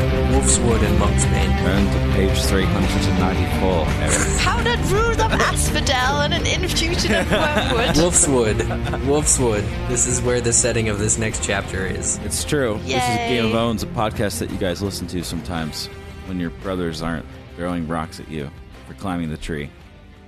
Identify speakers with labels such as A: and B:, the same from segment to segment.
A: Cresswood and Monk's Pain.
B: Turn to page 394, Eric.
C: How did Rule of Asphodel and an infusion of wormwood?
A: Wolfswood. Wolfswood. This is where the setting of this next chapter is.
B: It's true. This is
C: Yay.
B: Game of Owns, a podcast that you guys listen to sometimes when your brothers aren't throwing rocks at you for climbing the tree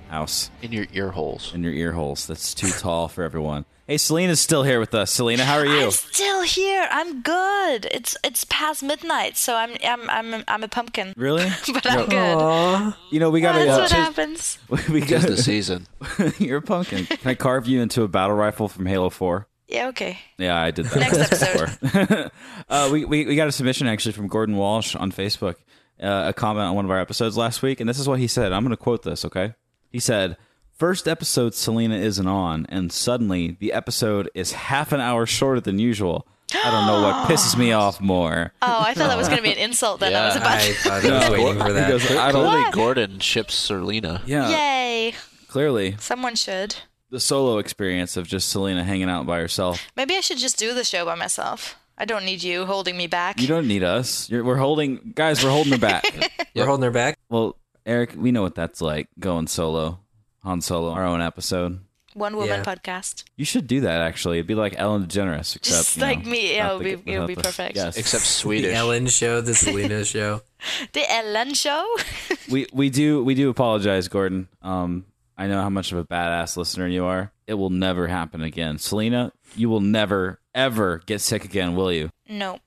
B: house
D: in your ear holes.
B: in your ear holes. That's too tall for everyone. Hey, Selena's still here with us. Selena, how are you?
C: I'm still here. I'm good. It's it's past midnight, so I'm I'm I'm I'm a pumpkin,
B: Really?
C: but I'm good.
B: You know, we got
C: That's what
B: to.
C: happens.
B: we
D: Tis
B: got
D: the season.
B: You're a pumpkin. Can I carve you into a battle rifle from Halo 4?
C: Yeah. Okay.
B: Yeah, I did that.
C: Next
B: once
C: episode.
B: before. uh, we, we, we got a submission actually from Gordon Walsh on Facebook, uh, a comment on one of our episodes last week. And this is what he said. I'm going to quote this, okay? He said, First episode Selena isn't on, and suddenly the episode is half an hour shorter than usual. I don't know what pisses me off more. Uh,
C: Oh, I thought that was going to be an insult. Then I was
D: Yeah.
C: about.
A: I, thought I was waiting for
B: He
A: that.
B: goes, I don't
D: Clearly,
C: What?
D: Gordon ships Serlina.
B: Yeah,
C: Yay!
B: clearly
C: Someone should.
B: the solo experience of just Selena hanging out by herself.
C: Maybe I should just do the show by myself. I don't need you holding me back.
B: You don't need us. You're, we're holding, guys. We're holding her back.
A: We're holding her back.
B: Well, Eric, we know what that's like going solo, Han Solo, our own episode.
C: One
A: Yeah.
C: woman podcast.
B: You should do that actually. It'd be like Ellen DeGeneres, except
C: Just
B: you know,
C: like me. Yeah,
B: without
C: it would
B: the-
C: be- it would
B: without
C: be
B: the-
C: perfect.
B: Yes,
D: Except
A: The
D: Swedish.
A: Ellen show, the Selena show.
C: The Ellen Show.
B: we we do we do apologize, Gordon. Um, I know how much of a badass listener you are. It will never happen again, Selena. You will never ever get sick again, will you?
C: no,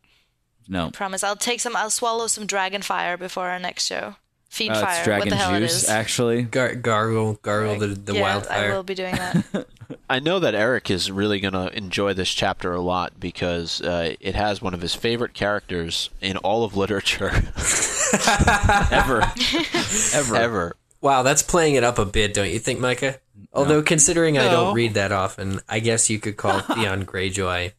B: No,
C: promise. I'll take some. I'll swallow some dragon fire before our next show. Feed
B: Uh,
C: fire.
B: it's dragon
C: what the hell it
B: juice.
C: is?
B: Actually,
A: Gar- gargle, gargle the, the
C: yeah,
A: wildfire.
C: I will be doing that.
D: I know that Eric is really going to enjoy this chapter a lot because uh, it has one of his favorite characters in all of literature
B: ever, ever,
D: ever.
A: Wow, that's playing it up a bit, don't you think, Micah? Although, considering I
D: No.
A: don't read that often, I guess you could call Theon Greyjoy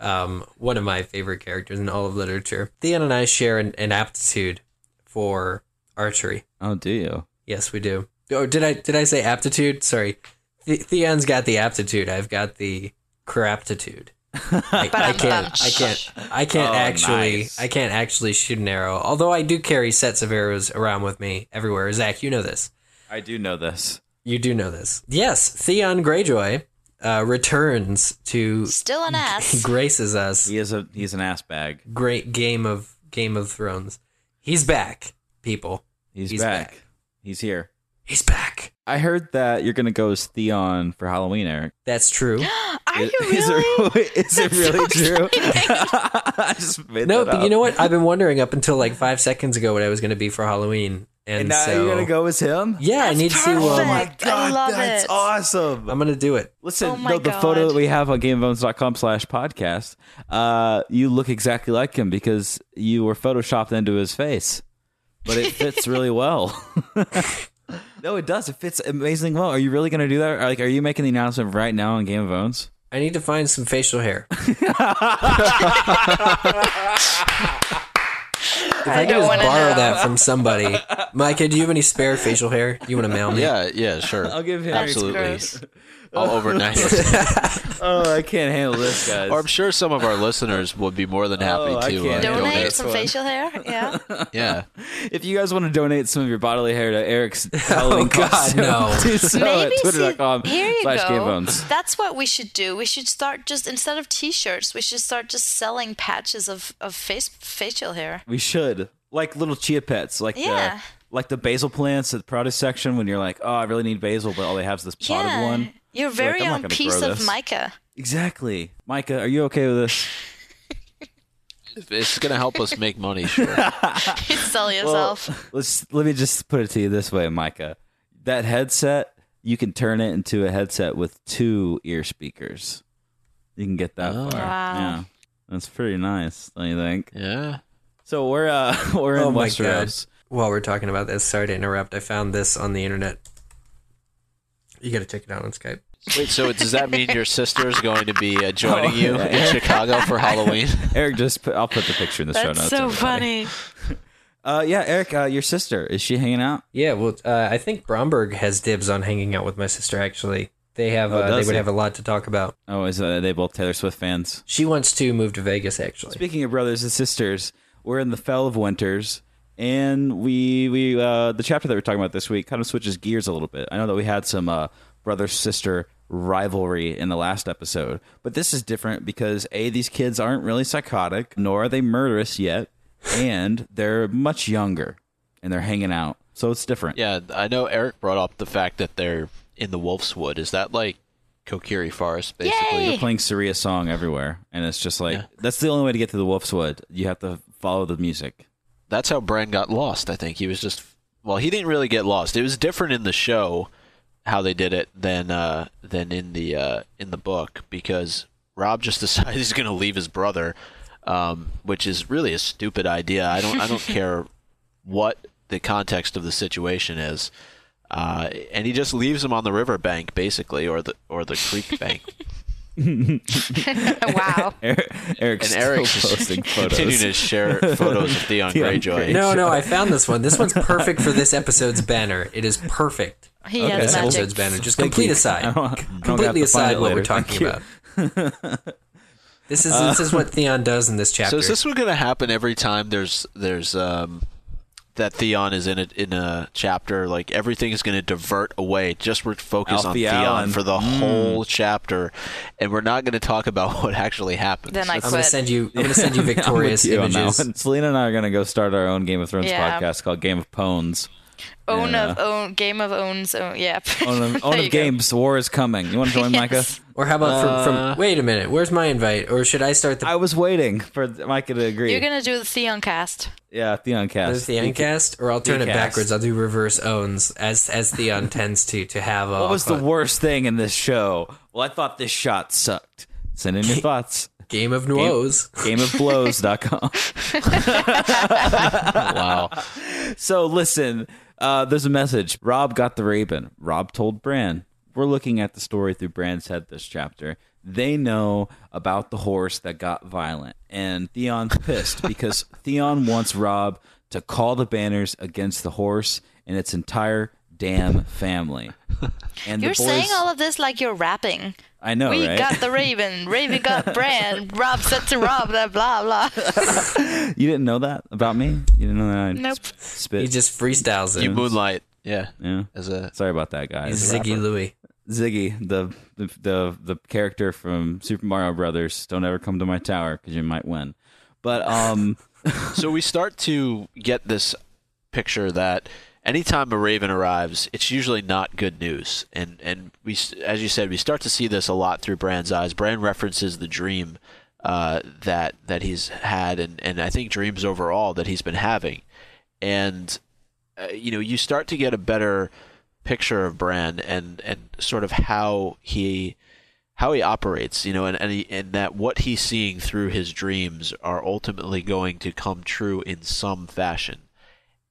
A: um, one of my favorite characters in all of literature. Theon and I share an, an aptitude for archery.
B: Oh, do you?
A: Yes, we do. Oh, did I did I say aptitude? Sorry, Th- Theon's got the aptitude. I've got the craptitude. I, I can't. I can't. I can't
B: Oh,
A: actually.
B: nice.
A: I can't actually shoot an arrow. Although I do carry sets of arrows around with me everywhere. Zach, you know this.
B: I do know this.
A: You do know this. Yes, Theon Greyjoy uh, returns to
C: Still an ass.
A: graces us.
B: He is a he's an ass bag.
A: Great game of Game of Thrones. He's back, people.
B: He's,
A: He's
B: back.
A: back.
B: He's here.
A: He's back.
B: I heard that you're gonna go as Theon for Halloween, Eric.
A: That's true.
C: Are you
B: Is- is
C: really?
B: it, is it
C: That's
B: really
C: so
B: true? I just made
A: No,
B: that
A: but
B: up.
A: you know what? I've been wondering up until like five seconds ago what I was going to be for Halloween, and,
B: And now
A: so
B: you're gonna go as him.
A: yeah, I
C: That's
A: need to.
C: perfect.
B: Oh
A: Um,
B: my
C: I
B: god,
C: love
B: that's
C: it.
B: awesome.
A: I'm going to do it.
B: Listen,
C: Oh my
B: no, the photo
C: God.
B: that we have on GameOfThrones.com slash podcast, uh, you look exactly like him because you were photoshopped into his face, but it fits really well. no, it does. It fits amazingly well. Are you really gonna do that? Like, are you making the announcement right now on Game of Thrones?
A: I need to find some facial hair. if I, could
C: don't
A: just
C: wanna
A: borrow
C: know.
A: that from somebody, Micah, do you have any spare facial hair you want to mail me?
D: Yeah, yeah, sure.
B: I'll give him
D: absolutely.
C: gross.
D: I'll overnight it.
B: Oh, I can't handle this, guys.
D: Or I'm sure some of our listeners would be more than happy
B: Oh, I
D: to uh,
B: can't.
C: Donate
B: Donate
C: some
B: one.
C: facial hair. Yeah.
D: Yeah,
B: If you guys want to donate some of your bodily hair to Eric's Halloween
A: God,
B: costume,
A: no.
B: do so
C: Maybe
B: at
C: see-
B: twitter.com
C: Oh, here you
B: slash
C: go.
B: gamebones.
C: That's what we should do. We should start just instead of T-shirts, we should start just selling patches of of face facial hair.
B: We should. Like little chia pets, like
C: Yeah.
B: the like the basil plants at the produce section when you're like, oh, I really need basil, but all they have is this potted
C: Yeah,
B: one.
C: your
B: You're like,
C: very
B: "I'm not
C: own
B: gonna
C: piece
B: grow
C: of
B: this."
C: mica.
B: Exactly. Micah, are you okay with this?
D: it's gonna help us make money. Sure.
C: Sell yourself.
B: Let's let me just put it to you this way, Micah. That headset, you can turn it into a headset with two ear speakers. You can get that
A: Oh.
B: far.
C: Wow.
B: Yeah. That's pretty nice, don't you think?
D: Yeah.
B: So we're uh we're in
A: Oh my
B: Westeros.
A: While we're talking about this, sorry to interrupt. I found this on the internet. You got to check it out on Skype.
D: Wait. So does that mean your sister is going to be uh, joining you in Chicago for Halloween?
B: Eric, just put, I'll put the picture in the show notes.
C: That's so
B: everybody.
C: funny.
B: Uh, yeah, Eric, uh, your sister is she hanging out?
A: Yeah, well, uh, I think Bromberg has dibs on hanging out with my sister. Actually, they have.
B: Oh,
A: uh, they
B: does
A: would
B: he?
A: have a lot to talk about.
B: Oh, is uh, they both Taylor Swift fans?
A: She wants to move to Vegas. Actually,
B: Speaking of brothers and sisters, we're in the fell of winters, And we we uh, the chapter that we're talking about this week kind of switches gears a little bit. I know that we had some uh, brother sister rivalry in the last episode, but this is different because a these kids aren't really psychotic, nor are they murderous yet, and they're much younger, and they're hanging out, so it's different.
D: Yeah, I know Eric brought up the fact that they're in the Wolf's Wood. Is that like Kokiri Forest, basically?
C: Yay!
B: playing Surya song everywhere, and it's just like that's the only way to get to the Wolf's Wood. You have to follow the music.
D: That's how Bran got lost, I think. He was just. Well, he didn't really get lost. It was different in the show how they did it than uh, than in the uh, in the book because Rob just decided he's going to leave his brother, um, which is really a stupid idea. I don't I don't care what the context of the situation is, uh, and he just leaves him on the riverbank basically, or the or the creek bank.
C: Oh, wow.
B: Eric, Eric's
D: And Eric's
B: still
D: just
B: posting
D: Continuing
B: photos.
D: to share photos of Theon
B: Theon
D: Greyjoy.
B: Greyjoy.
A: No, no, I found this one. This one's perfect for this episode's banner. It is perfect.
C: He
B: Okay.
A: This
C: has magic.
A: episode's banner. Just complete aside.
B: don't have to
A: Completely aside
B: find it
A: what
B: later.
A: we're talking
B: Thank you.
A: about. This is this is what Theon does in this chapter.
D: So is this what's going to happen every time there's there's um that Theon is in a in a chapter like everything is going to divert away just we're focused on
B: Alfie
D: Theon
B: Allen.
D: for the whole chapter and we're not going to talk about what actually happened.
C: Then I
A: I'm gonna
C: quit.
A: send you. I'm gonna send you
B: I'm with
A: victorious
B: you on that
A: images.
B: one. Selena and I are going to go start our own Game of Thrones
C: Yeah.
B: podcast called Game of Pones.
C: own
B: Yeah.
C: of own game of owns own. Yeah.
B: Own of,
C: There
B: own
C: you
B: of
C: go.
B: Games. War is coming. You want to join, Micah?
C: Yes.
A: Or how about from,
B: Uh,
A: from? Wait a minute. Where's my invite? Or should I start the
B: I was waiting for Micah to agree.
C: You're gonna do the Theon cast.
B: yeah, Theon
A: As
B: cast.
A: Theon cast, or I'll turn it
B: Theoncast.
A: backwards. I'll do reverse owns as as Theon tends to to have. uh, A,
B: What was the worst thing in this show? Well, I thought this shot sucked. Send in your thoughts.
A: game of noes?
B: Gameofblows.com.
D: wow.
B: So listen, uh, there's a message. Rob got the Raven. Rob told Bran. We're looking at the story through Bran's head this chapter. They know about the horse that got violent, and Theon's pissed because Theon wants Rob to call the banners against the horse and its entire damn family. And
C: You're
B: the boys,
C: saying all of this like you're rapping.
B: I know,
C: we
B: right?
C: got the Raven. Raven got Bran. Rob said to Rob that blah blah.
B: you didn't know that about me. You didn't know that. I
C: Nope.
B: sp- Spit.
A: He just freestyles it.
D: You moonlight. Yeah.
B: yeah.
D: As a
B: Sorry about that, guys.
A: Ziggy Louie.
B: Ziggy, the, the the the character from Super Mario Brothers, don't ever come to my tower because you might win. But um,
D: so we start to get this picture that anytime a raven arrives, it's usually not good news. And and we, s- as you said, we start to see this a lot through Bran's eyes. Bran references the dream uh, that that he's had, and and I think dreams overall that he's been having, and uh, you know you start to get a better picture of Bran and and sort of how he how he operates, you know, and and, he, and that what he's seeing through his dreams are ultimately going to come true in some fashion,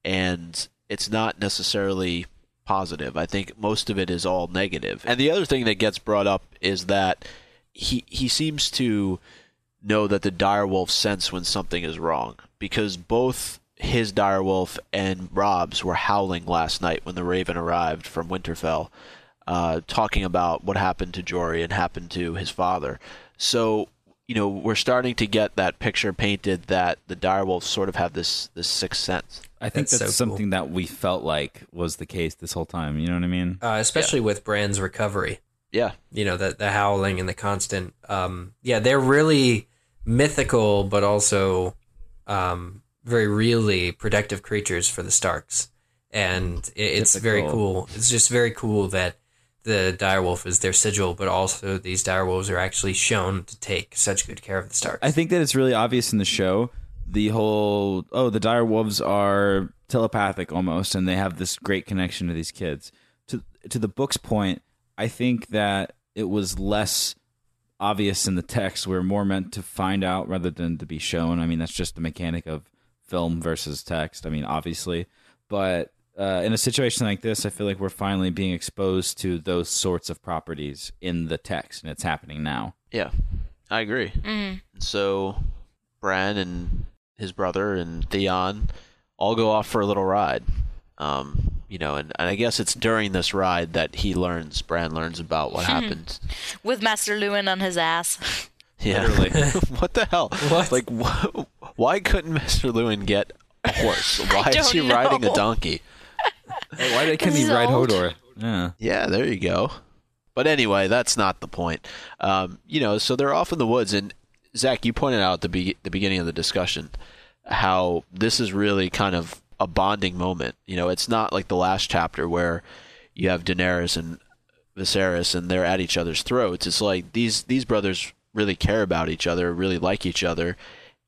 D: and it's not necessarily positive. I think most of it is all negative. And the other thing that gets brought up is that he he seems to know that the direwolf sense when something is wrong because both his direwolf and Rob's were howling last night when the Raven arrived from Winterfell, uh, talking about what happened to Jory and happened to his father. So you know we're starting to get that picture painted that the direwolves sort of have this this sixth sense.
B: I think that's,
A: That's so cool.
B: something that we felt like was the case this whole time. You know what I mean?
A: Uh, especially with Bran's recovery.
D: Yeah,
A: You know the the howling and the constant. Um, yeah, they're really mythical, but also um, very really productive creatures for the Starks, and it, it's very
B: Typical.
A: cool. It's just very cool that the direwolf is their sigil, but also these direwolves are actually shown to take such good care of the Starks.
B: I think that it's really obvious in the show. The whole oh, the dire wolves are telepathic almost, and they have this great connection to these kids. To to the book's point, I think that it was less obvious in the text. We are more meant to find out rather than to be shown. I mean, that's just the mechanic of film versus text. I mean, obviously, but uh, in a situation like this, I feel like we're finally being exposed to those sorts of properties in the text, and it's happening now.
D: yeah, I agree.
C: Mm.
D: So Bran and his brother and Theon all go off for a little ride. Um, you know, and, and I guess it's during this ride that he learns, Bran learns about what happened.
C: With Master Lewin on his ass.
D: Yeah.
B: Literally.
D: what the hell?
A: What?
D: Like, wh- why couldn't Mr. Lewin get a horse? Why is
C: don't
D: he riding
C: know.
D: a donkey?
B: Why they couldn't
C: This
B: he
C: is
B: ride
C: old.
B: Hodor? Yeah.
D: Yeah, there you go. But anyway, that's not the point. Um, you know, so they're off in the woods, and Zach, you pointed out at the be- the beginning of the discussion how this is really kind of a bonding moment. You know, it's not like the last chapter where you have Daenerys and Viserys and they're at each other's throats. It's like these these brothers really care about each other, really like each other,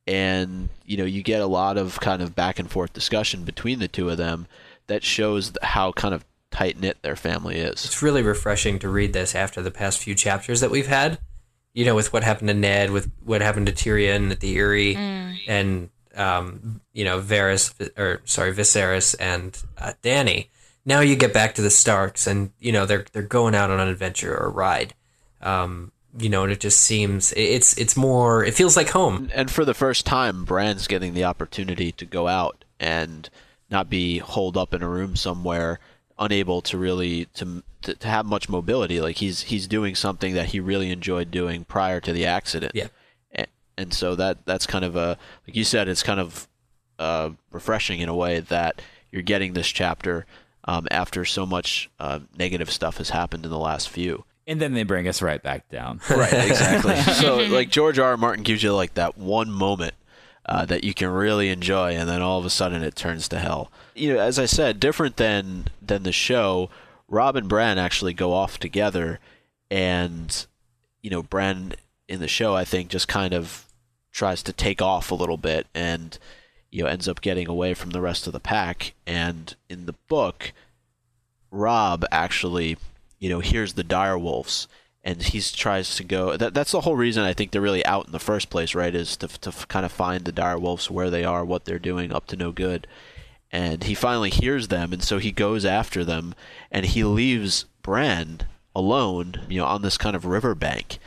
D: and you know you get a lot of kind of back and forth discussion between the two of them that shows th- how kind of tight knit their family is.
A: It's really refreshing to read this after the past few chapters that we've had. You know, with what happened to Ned, with what happened to Tyrion at the Erie,
C: Mm.
A: and um, you know Varys or sorry Viserys and uh, Danny. Now you get back to the Starks, and you know they're they're going out on an adventure or a ride. Um, you know, and it just seems it- it's it's more. It feels like home.
D: And for the first time, Bran's getting the opportunity to go out and not be holed up in a room somewhere, unable to really to, to to have much mobility. Like he's he's doing something that he really enjoyed doing prior to the accident.
A: Yeah.
D: and, and so that that's kind of a like you said it's kind of uh, refreshing in a way that you're getting this chapter um, after so much uh, negative stuff has happened in the last few
B: And then they bring us right back down.
D: right exactly so like george r. R. martin gives you like that one moment uh, that you can really enjoy and then all of a sudden it turns to hell you know as i said different than than the show rob and bran actually go off together and you know bran in the show i think just kind of tries to take off a little bit and you know ends up getting away from the rest of the pack and in the book Rob actually, you know, hears the direwolves and he tries to go. That, that's the whole reason I think they're really out in the first place, right? Is to, to kind of find the direwolves where they are, what they're doing, up to no good. And he finally hears them, and so he goes after them, and he leaves Bran alone, you know, on this kind of riverbank.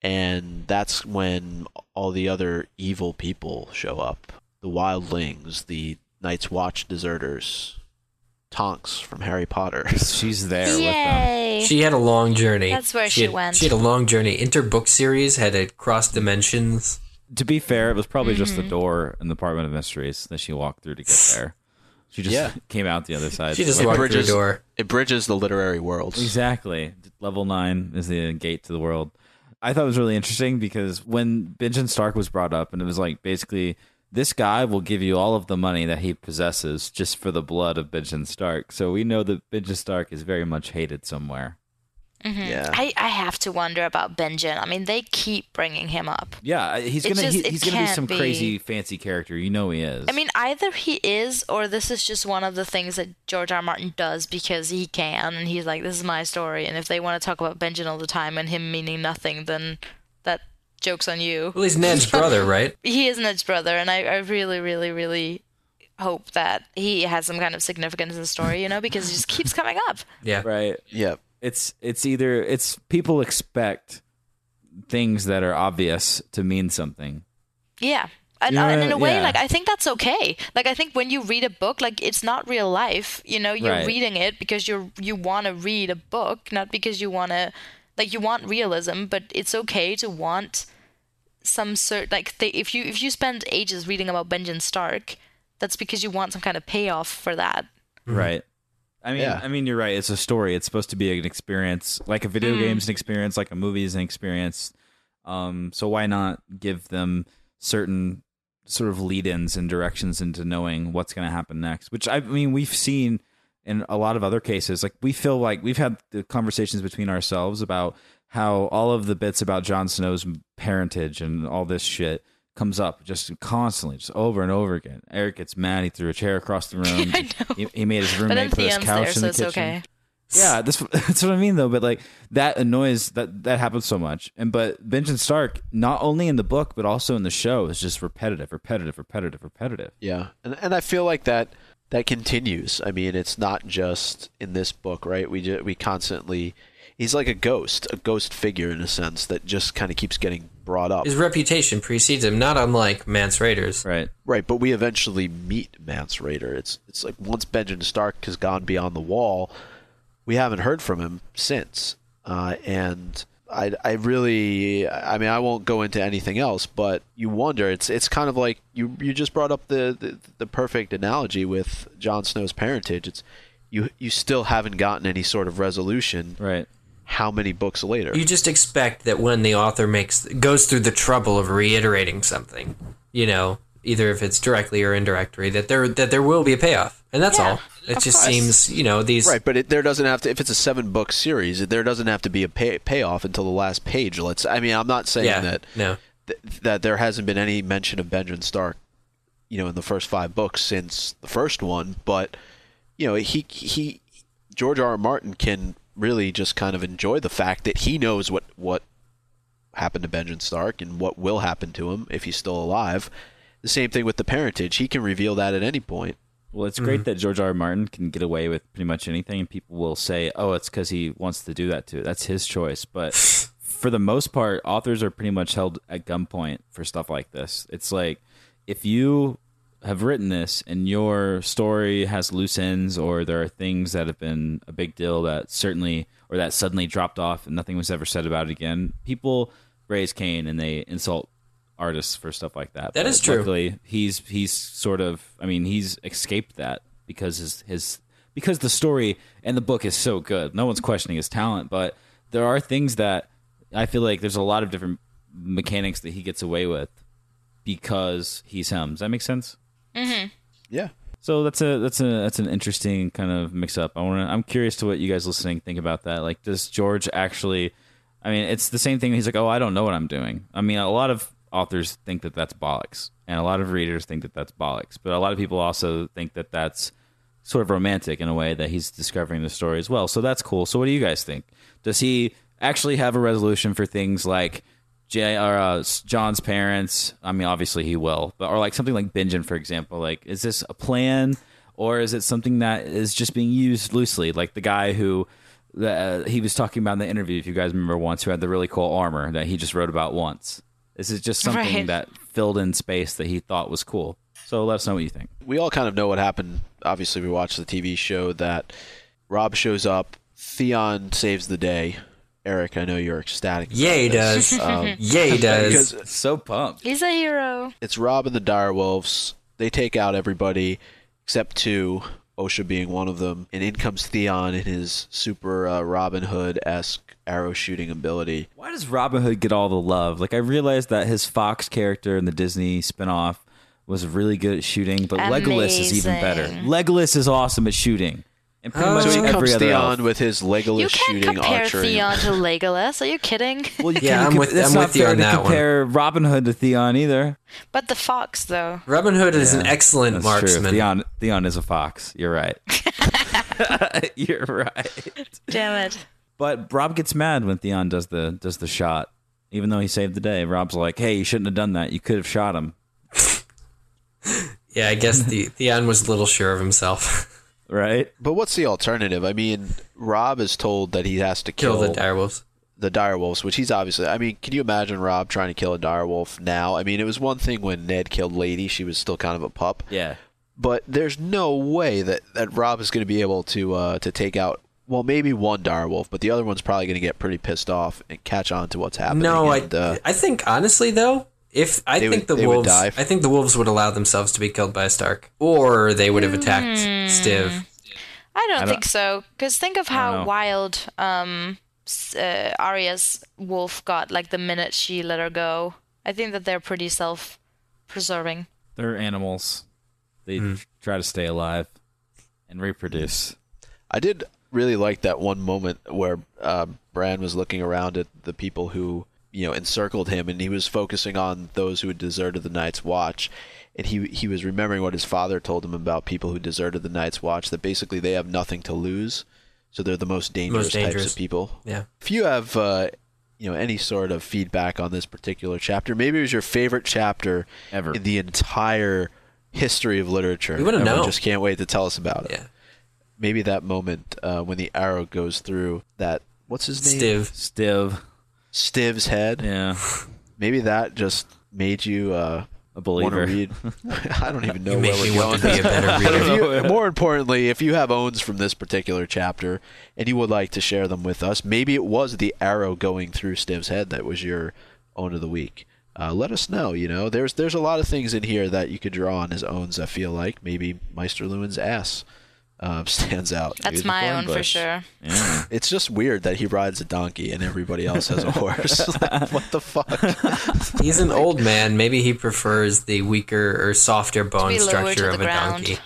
D: And that's when all the other evil people show up the wildlings, the Night's Watch deserters, Tonks from Harry Potter.
B: She's there with them.
C: Yay!
A: She had a long journey.
C: That's where she
A: had,
C: went.
A: She had a long journey. Interbook series had a cross dimensions.
B: To be fair, it was probably just
C: Mm-hmm.
B: the door in the Department of Mysteries that she walked through to get there. She just
D: Yeah.
B: came out the other side.
A: She just
B: Like,
A: walked through
D: bridges-
A: the door.
D: It bridges the literary worlds.
B: Exactly. Level nine is the gate to the world. I thought it was really interesting because when Benjamin Stark was brought up, and it was like basically this guy will give you all of the money that he possesses just for the blood of Benjamin Stark. So we know that Benjamin Stark is very much hated somewhere.
D: Yeah.
C: I, I have to wonder about Benjen. I mean, they keep bringing him up.
B: Yeah, I- he's
C: It
B: gonna
C: just-
B: he-
C: it
B: he's gonna be
C: can't
B: some
C: be-
B: crazy fancy character. You know he is.
C: I mean, either he is, or this is just one of the things that George R. R. Martin does because he can, and he's like, "This is my story." And if they want to talk about Benjen all the time and him meaning nothing, then that joke's on you.
A: Well, he's Ned's brother, right?
C: He is Ned's brother, and I, I really, really, really hope that he has some kind of significance in the story, you know, because he just keeps coming up.
A: Yeah.
B: right?
D: Yeah.
B: It's it's either it's people expect things that are obvious to mean something.
C: Yeah. And, uh,
B: You know,
C: and in a way,
B: yeah.
C: like I think that's okay. Like I think when you read a book, like it's not real life. You know, you're
B: Right.
C: reading it because you're you want to read a book, not because you want to, like you want realism. But it's okay to want some sort like they, if you if you spend ages reading about Benjamin Stark, that's because you want some kind of payoff for that.
B: right i mean
D: Yeah.
B: i mean you're right it's a story it's supposed to be an experience like a video game's an experience like a movie's an experience um so why not give them certain sort of lead-ins and directions into knowing what's going to happen next which i mean we've seen in a lot of other cases like we feel like we've had the conversations between ourselves about how all of the bits about Jon Snow's parentage and all this shit comes up just constantly, just over and over again. Eric gets mad. He threw a chair across the room.
C: I know.
B: He, he made his
C: But
B: roommate put his
C: NPM's
B: couch
C: there,
B: in
C: so
B: the
C: it's
B: kitchen.
C: okay.
B: Yeah, that's, that's what I mean though. But like that annoys that that happens so much. And but Benjamin Stark, not only in the book but also in the show, is just repetitive, repetitive, repetitive, repetitive.
D: Yeah. And and I feel like that that continues. I mean, it's not just in this book, right? We ju- we constantly he's like a ghost, a ghost figure in a sense that just kind of keeps getting brought up.
A: His reputation precedes him, not unlike Mance Raiders.
B: Right.
D: Right, but we eventually meet Mance Raider. It's it's like once Benjamin Stark has gone beyond the wall, we haven't heard from him since. Uh, and I, I really I mean I won't go into anything else, but you wonder it's it's kind of like you you just brought up the, the, the perfect analogy with Jon Snow's parentage. It's you you still haven't gotten any sort of resolution.
B: Right.
D: How many books later?
A: You just expect that when the author makes goes through the trouble of reiterating something, you know, either if it's directly or indirectly, that there that there will be a payoff, and that's
C: Yeah,
A: all. It
C: of
A: just
C: course.
A: seems, you know, these
D: Right, but it, there doesn't have to. If it's a seven book series, there doesn't have to be a pay, payoff until the last page. Let's. I mean, I'm not saying
A: yeah,
D: that
A: no,
D: th- that there hasn't been any mention of Benjamin Stark, you know, in the first five books since the first one. But you know, he he George R. R. Martin can really just kind of enjoy the fact that he knows what what happened to Benjamin Stark and what will happen to him if he's still alive. The same thing with the parentage; he can reveal that at any point.
B: Well, it's great that George R. R. Martin can get away with pretty much anything, and people will say, "Oh, it's because he wants to do that to it. That's his choice." But for the most part, authors are pretty much held at gunpoint for stuff like this. It's like if you have written this and your story has loose ends, or there are things that have been a big deal that certainly or that suddenly dropped off and nothing was ever said about it again, people raise Cain and they insult artists for stuff like that.
A: That
B: That is
A: is true.
B: Luckily, he's he's sort of. I mean, he's escaped that because his his because the story and the book is so good. No one's questioning his talent, but there are things that I feel like there's a lot of different mechanics that he gets away with because he's him. Does that make sense?
D: Yeah,
B: So that's a that's a that's an interesting kind of mix up. I want to. I'm curious to what you guys listening think about that. Like, does George actually? I mean, it's the same thing. He's like, oh, I don't know what I'm doing. I mean, a lot of authors think that that's bollocks, and a lot of readers think that that's bollocks. But a lot of people also think that that's sort of romantic in a way that he's discovering the story as well. So that's cool. So what do you guys think? Does he actually have a resolution for things like J or uh, S- John's parents? I mean, obviously he will, but or like something like Benjamin, for example. Like, is this a plan or is it something that is just being used loosely? Like the guy who. Uh, he was talking about in the interview, if you guys remember once, who had the really cool armor that he just wrote about once. This is just something
C: Right.
B: that filled in space that he thought was cool. So let us know what you think.
D: we all kind of know what happened. Obviously, we watched the TV show that Rob shows up, Theon saves the day. Eric, I know you're ecstatic. about
A: yeah, he
D: this.
A: does,
D: Um,
A: yeah, he does.
D: because
B: So pumped.
C: He's a hero.
D: it's Rob and the Direwolves. They take out everybody except two, OSHA being one of them. And in comes Theon in his super uh, Robin Hood esque arrow shooting ability.
B: Why does Robin Hood get all the love? Like I realized that his Fox character in the Disney spinoff was really good at shooting, but Legolas is even better.
C: Amazing.
B: Legolas is awesome at shooting. And pretty
A: Oh.
B: much
A: So he
B: every
D: In comes
B: other
D: Theon
B: elf.
D: with his Legolas
C: You can't
D: shooting
C: compare
D: archery.
C: Theon to Legolas. Are you kidding?
B: Well, you
A: Yeah,
B: can't
A: I'm
B: comp-
A: with-
B: that's
A: I'm
B: not
A: with you
B: fair
A: on
B: to
A: that one.
B: compare Robin Hood to Theon either.
C: but the fox, though.
A: Robin Hood is an excellent
B: That's true.
A: marksman.
B: Theon, Theon is a fox. You're right. You're right.
C: Damn it.
B: But Rob gets mad when Theon does the does the shot, even though he saved the day. Rob's like, "Hey, you shouldn't have done that. You could have shot him."
A: Yeah, I guess the Theon was a little sure of himself.
B: Right?
D: But what's the alternative? I mean, Rob is told that he has to
A: Kill
D: kill,
A: the direwolves.
D: the direwolves, which he's obviously. I mean, can you imagine Rob trying to kill a direwolf now? I mean, it was one thing when Ned killed Lady; she was still kind of a pup.
B: Yeah.
D: But there's no way that, that Rob is going to be able to uh, to take out. Well, maybe one direwolf, but the other one's probably going to get pretty pissed off and catch on to what's happening.
A: No, I
D: and, uh,
A: I think honestly though, if I
D: They
A: think
D: would-
A: the
D: they would
A: wolves,
D: die.
A: I think the wolves would allow themselves to be killed by a Stark, or they would have attacked
C: Hmm.
A: Stiv.
C: I don't,
B: don't-
C: think so. Because think of
B: don't know.
C: how wild um, s- uh, Arya's wolf got, like, the minute she let her go. I think that they're pretty self preserving.
B: They're animals. They tr- try to stay alive and reproduce.
D: I did really like that one moment where uh, Bran was looking around at the people who you know encircled him, and he was focusing on those who had deserted the Night's Watch, and he he was remembering what his father told him about people who deserted the Night's Watch that basically they have nothing to lose, so they're the most dangerous, types
A: dangerous.
D: of people.
A: Yeah,
D: If you have uh, you know any sort of feedback on this particular chapter, maybe it was your favorite chapter
B: Ever.
D: in the entire history of literature.
A: We wanna
D: Everyone
A: know.
D: Just can't wait to tell us about it
A: yeah.
D: maybe that moment uh, when the arrow goes through that what's his name
A: Stiv.
B: Stiv.
D: Stiv's head.
B: Yeah.
D: Maybe that just made you uh,
B: a
D: want to
B: believer.
D: read. I don't even know
A: You
D: where
A: make
D: we're
A: me want
D: going.
A: to be a better
D: But if
A: reader.
D: you- more importantly, if you have owns from this particular chapter and you would like to share them with us, maybe it was the arrow going through Stiv's head that was your own of the week. Uh, let us know. You know, there's there's a lot of things in here that you could draw on as owns. I feel like maybe Meister Lewin's ass uh, stands out.
C: That's
D: dude.
C: my own for
B: bush.
C: sure.
B: Yeah.
D: It's just weird that he rides a donkey and everybody else has a horse. Like, what the fuck?
A: He's an old man. Maybe he prefers the weaker or softer bone
C: be lower
A: structure
C: to
A: of
C: the
A: a
C: ground.
A: donkey.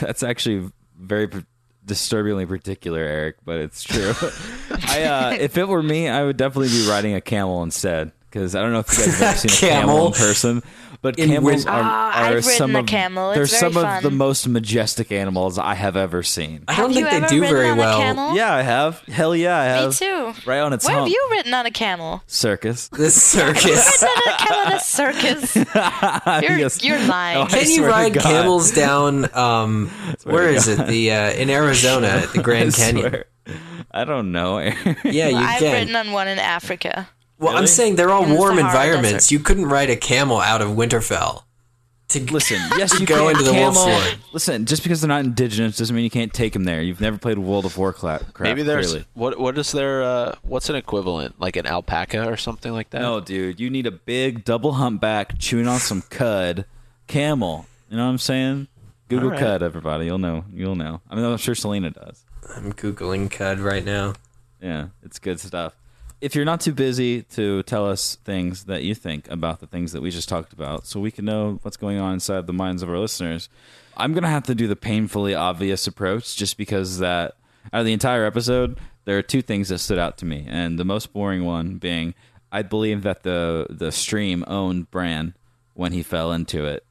B: That's actually very par- disturbingly particular, Eric, but it's true. I, uh, if it were me, I would definitely be riding a camel instead. Because I don't know if you guys have ever seen a camel,
A: Camel.
B: in person, but
A: In
B: camels
A: win-
B: are,
C: Ah, I've
B: are
C: ridden
B: some
C: a
B: of
C: camel. It's
B: they're
C: very
B: some of
C: fun.
B: the most majestic animals I have ever seen.
A: I don't
C: Have
A: think
C: you
A: they
C: ever
A: do
C: ridden
A: very
C: on
A: well.
C: A camel?
B: Yeah, I have. Hell yeah, I have.
C: Me too.
B: Right on its
C: Where
B: hump.
C: have you ridden on a camel?
B: Circus.
A: This circus.
C: Ridden on a camel at a circus? You're,
B: Yes.
C: you're lying.
B: I
A: Can you
B: swear to
A: ride
B: God.
A: camels down? Um, where
B: to
A: is it? The uh, in Arizona at the Grand
B: I
A: Canyon.
B: swear. I don't know.
A: Yeah, Oh, you
C: I've
A: can.
C: ridden on one in Africa.
A: well, I'm saying they're all
C: In the
A: warm
C: Sahara
A: environments.
C: Desert.
A: You couldn't ride a camel out of Winterfell. To
B: Listen, yes, you
A: Go
B: can.
A: into the wolf's
B: camel.
A: den.
B: Listen, just because they're not indigenous doesn't mean you can't take them there. You've never played World of Warcraft. crap,
D: Maybe there's
B: clearly.
D: what what is their uh, what's an equivalent like an alpaca or something like that?
B: no, dude. You need a big double humpback chewing on some cud camel. You know what I'm saying? Google cud, everybody. You'll know. You'll know. I mean, I'm sure Selena does.
A: I'm googling cud right now.
B: Yeah, it's good stuff. If you're not too busy to tell us things that you think about the things that we just talked about, so we can know what's going on inside the minds of our listeners, I'm gonna have to do the painfully obvious approach, just because that out of the entire episode, there are two things that stood out to me, and the most boring one being, I believe that the the stream owned Bran when he fell into it,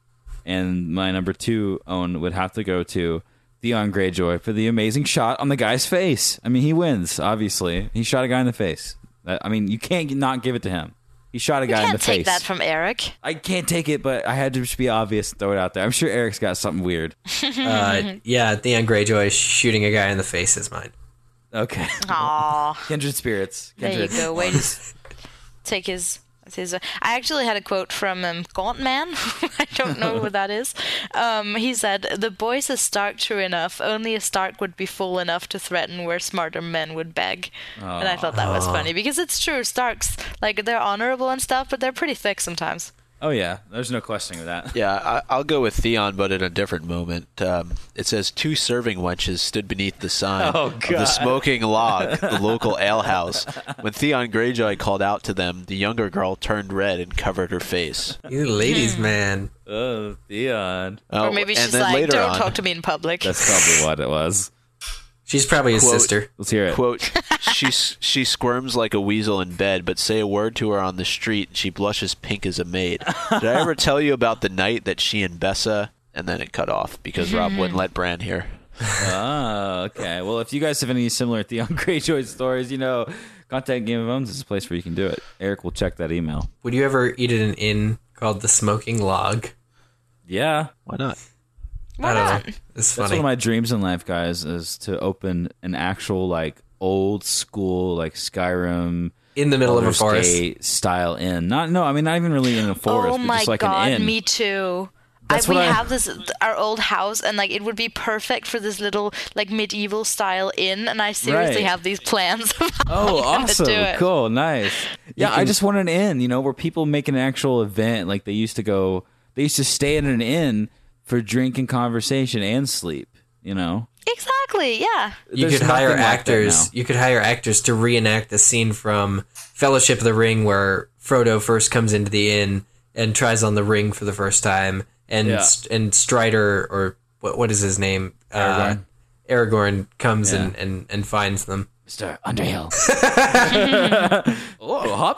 B: and my number two own would have to go to Theon Greyjoy for the amazing shot on the guy's face. I mean, he wins, obviously. He shot a guy in the face. That- I mean, you can't not give it to him. He shot a
C: You
B: guy in the
C: can't take
B: face.
C: that from Eric.
B: I can't take it, but I had to just be obvious and throw it out there. I'm sure Eric's got something weird.
A: Uh, yeah, Theon Greyjoy shooting a guy in the face is mine.
B: Okay.
C: Aw,
B: Kindred spirits.
C: Ah. there you
B: Kindred.
C: go. Wait, just take his. His, I actually had a quote from um, Gaunt Man. I don't know who that is. Um, he said, "The boys is Stark true enough. Only a Stark would be fool enough to threaten where smarter men would beg." And I thought that was funny because it's true. Starks, like they're honorable and stuff, but they're pretty thick sometimes.
B: Oh, yeah. There's no questioning of that.
D: Yeah, I, I'll go with Theon, but at a different moment. Um, it says two serving wenches stood beneath the sign
B: Oh,
D: of the
B: God.
D: smoking log, the local alehouse. When Theon Greyjoy called out to them, the younger girl turned red and covered her face.
A: You
C: Hmm.
A: ladies, man.
B: Oh, Theon.
D: Oh,
C: or maybe
D: and
C: she's
D: then
C: like,
D: later
C: "Don't
D: on,
C: talk to me in public."
B: That's probably what it was.
A: She's probably his
D: Quote,
A: sister.
B: Let's hear it.
D: Quote, she, s- she squirms like a weasel in bed, but say a word to her on the street, and she blushes pink as a maid. Did I ever tell you about the night that she and Bessa, and then it cut off because Rob wouldn't let Bran hear?
B: Oh, okay. Well, if you guys have any similar Theon Greyjoy stories, you know, contact Game of Thrones is a place where you can do it. Eric will check that email.
A: Would you ever eat at an inn called the Smoking Log?
B: Yeah.
D: Why not?
C: Why
A: I don't
C: not?
A: know. It's
B: That's
A: funny.
B: one of my dreams in life, guys, is to open an actual, like, old school, like, Skyrim.
A: in the middle of a
B: Baldur's
A: forest.
B: Gate style inn. Not no, I mean not even really in a forest,
C: oh
B: but
C: my
B: just like
C: god,
B: an inn.
C: me too.
B: That's
C: I, we
B: what I-
C: have this our old house, and like it would be perfect for this little like medieval style inn. And I seriously
B: Right.
C: have these plans. Of how
B: Oh,
C: I'm gonna
B: awesome!
C: Do it.
B: Cool, nice. Yeah, I
A: can-
B: just want an inn, you know, where people make an actual event. Like they used to go, they used to stay at an inn for drink and conversation and sleep. You know,
C: Exactly. Yeah.
A: you
B: There's
A: could hire
B: nothing like that
A: actors.
B: now.
A: you could hire actors to reenact the scene from Fellowship of the Ring where Frodo first comes into the inn and tries on the ring for the first time, and
B: Yeah.
A: and Strider or what what is his name? Uh, Aragorn comes and, and and finds them.
B: Mister Underhill. oh,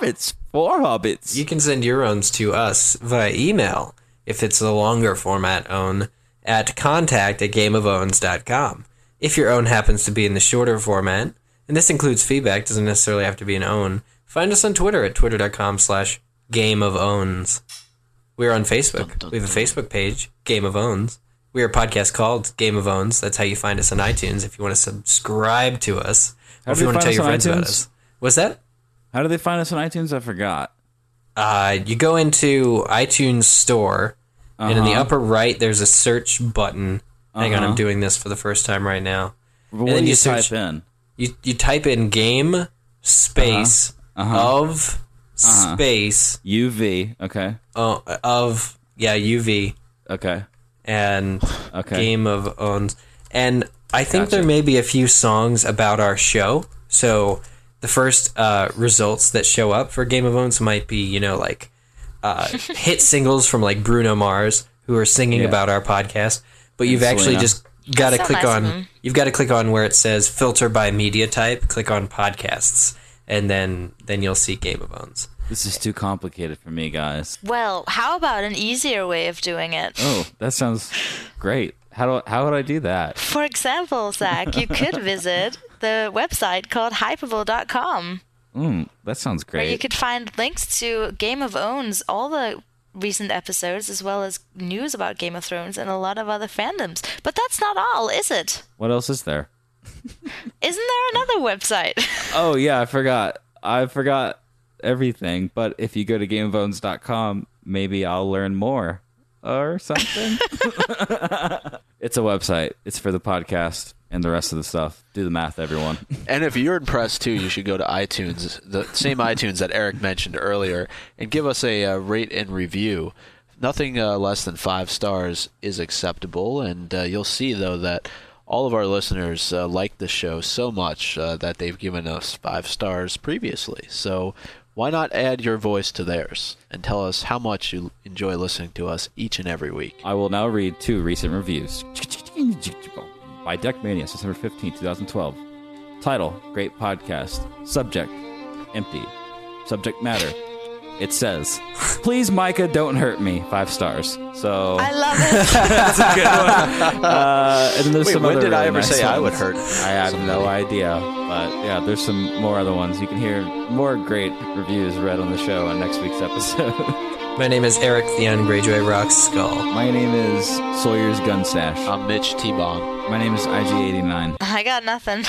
B: hobbits! Four hobbits.
A: You can send your owns to us via email if it's the longer format own at contact at gameofowns.com. If your own happens to be in the shorter format, and this includes feedback, doesn't necessarily have to be an own, find us on Twitter at twitter.com slash game of owns. We're on Facebook. We have a Facebook page, Game of Owns. We are a podcast called Game of Owns. That's how you find us on iTunes if you want to subscribe to us. Or
B: How
A: if
B: do
A: you
B: they
A: want to tell
B: find
A: your
B: us
A: friends
B: on
A: about
B: iTunes?
A: us. What's that?
B: How do they find us on iTunes? I forgot.
A: Uh, you go into iTunes Store and in the
B: Uh-huh.
A: upper right there's a search button. Hang on, I'm
B: Uh-huh.
A: doing this for the first time right now.
B: What
A: then
B: do
A: you
B: you
A: search-
B: type in?
A: You you type in game space
B: Uh-huh.
A: of space
B: UV. Okay.
A: uh, of yeah UV
B: Okay.
A: and
B: Okay.
A: game of owns and I think there may be a few songs about our show. So the first uh, results that show up for Game of Owns might be you know like uh, hit singles from like Bruno Mars who are singing
B: Yeah.
A: about our podcast, but you've actually
B: Selena.
A: just got to
C: That's
A: click
C: nice of
A: on
C: them.
A: you've got to click on where it says filter by media type. Click on podcasts, and then then you'll see Game of Owns.
B: This is too complicated for me, guys.
C: Well, how about an easier way of doing it?
B: Oh, that sounds great. How do how would I do that?
C: For example, Zach, you could visit the website called hypeable.com
B: Mm, that sounds
C: where you
B: great.
C: could find links to Game of Owns, all the recent episodes, as well as news about Game of Thrones and a lot of other fandoms. But that's not all, is it?
B: What else is there?
C: Isn't there another website?
B: Oh yeah, I forgot. I forgot everything. But if you go to gameofones.com, maybe I'll learn more or something. it's a website. It's for the podcast and the rest of the stuff. Do the math, everyone.
D: And if you're impressed too, you should go to iTunes, the same iTunes that Eric mentioned earlier, and give us a uh, rate and review. Nothing uh, less than five stars is acceptable, and uh, you'll see though that all of our listeners uh, like the show so much uh, that they've given us five stars previously. So why not add your voice to theirs and tell us how much you enjoy listening to us each and every week?
B: I will now read two recent reviews. By Deckmania, September 15, 2012. Title Great Podcast. Subject Empty. Subject Matter. It says, Please, Micah, don't hurt me. Five stars. So,
C: I love it.
B: uh, and there's
D: Wait,
B: some
D: when
B: other
D: did I
B: really
D: ever
B: nice
D: say I would
B: ones.
D: hurt?
B: I have no idea. But yeah, there's some more other ones. You can hear more great reviews read on the show on next week's episode.
A: My name is Eric Theon Greyjoy Rocks Skull.
B: My name is Sawyer's Gunstash.
D: I'm Mitch T. Bomb.
B: My name is IG89.
C: I got nothing.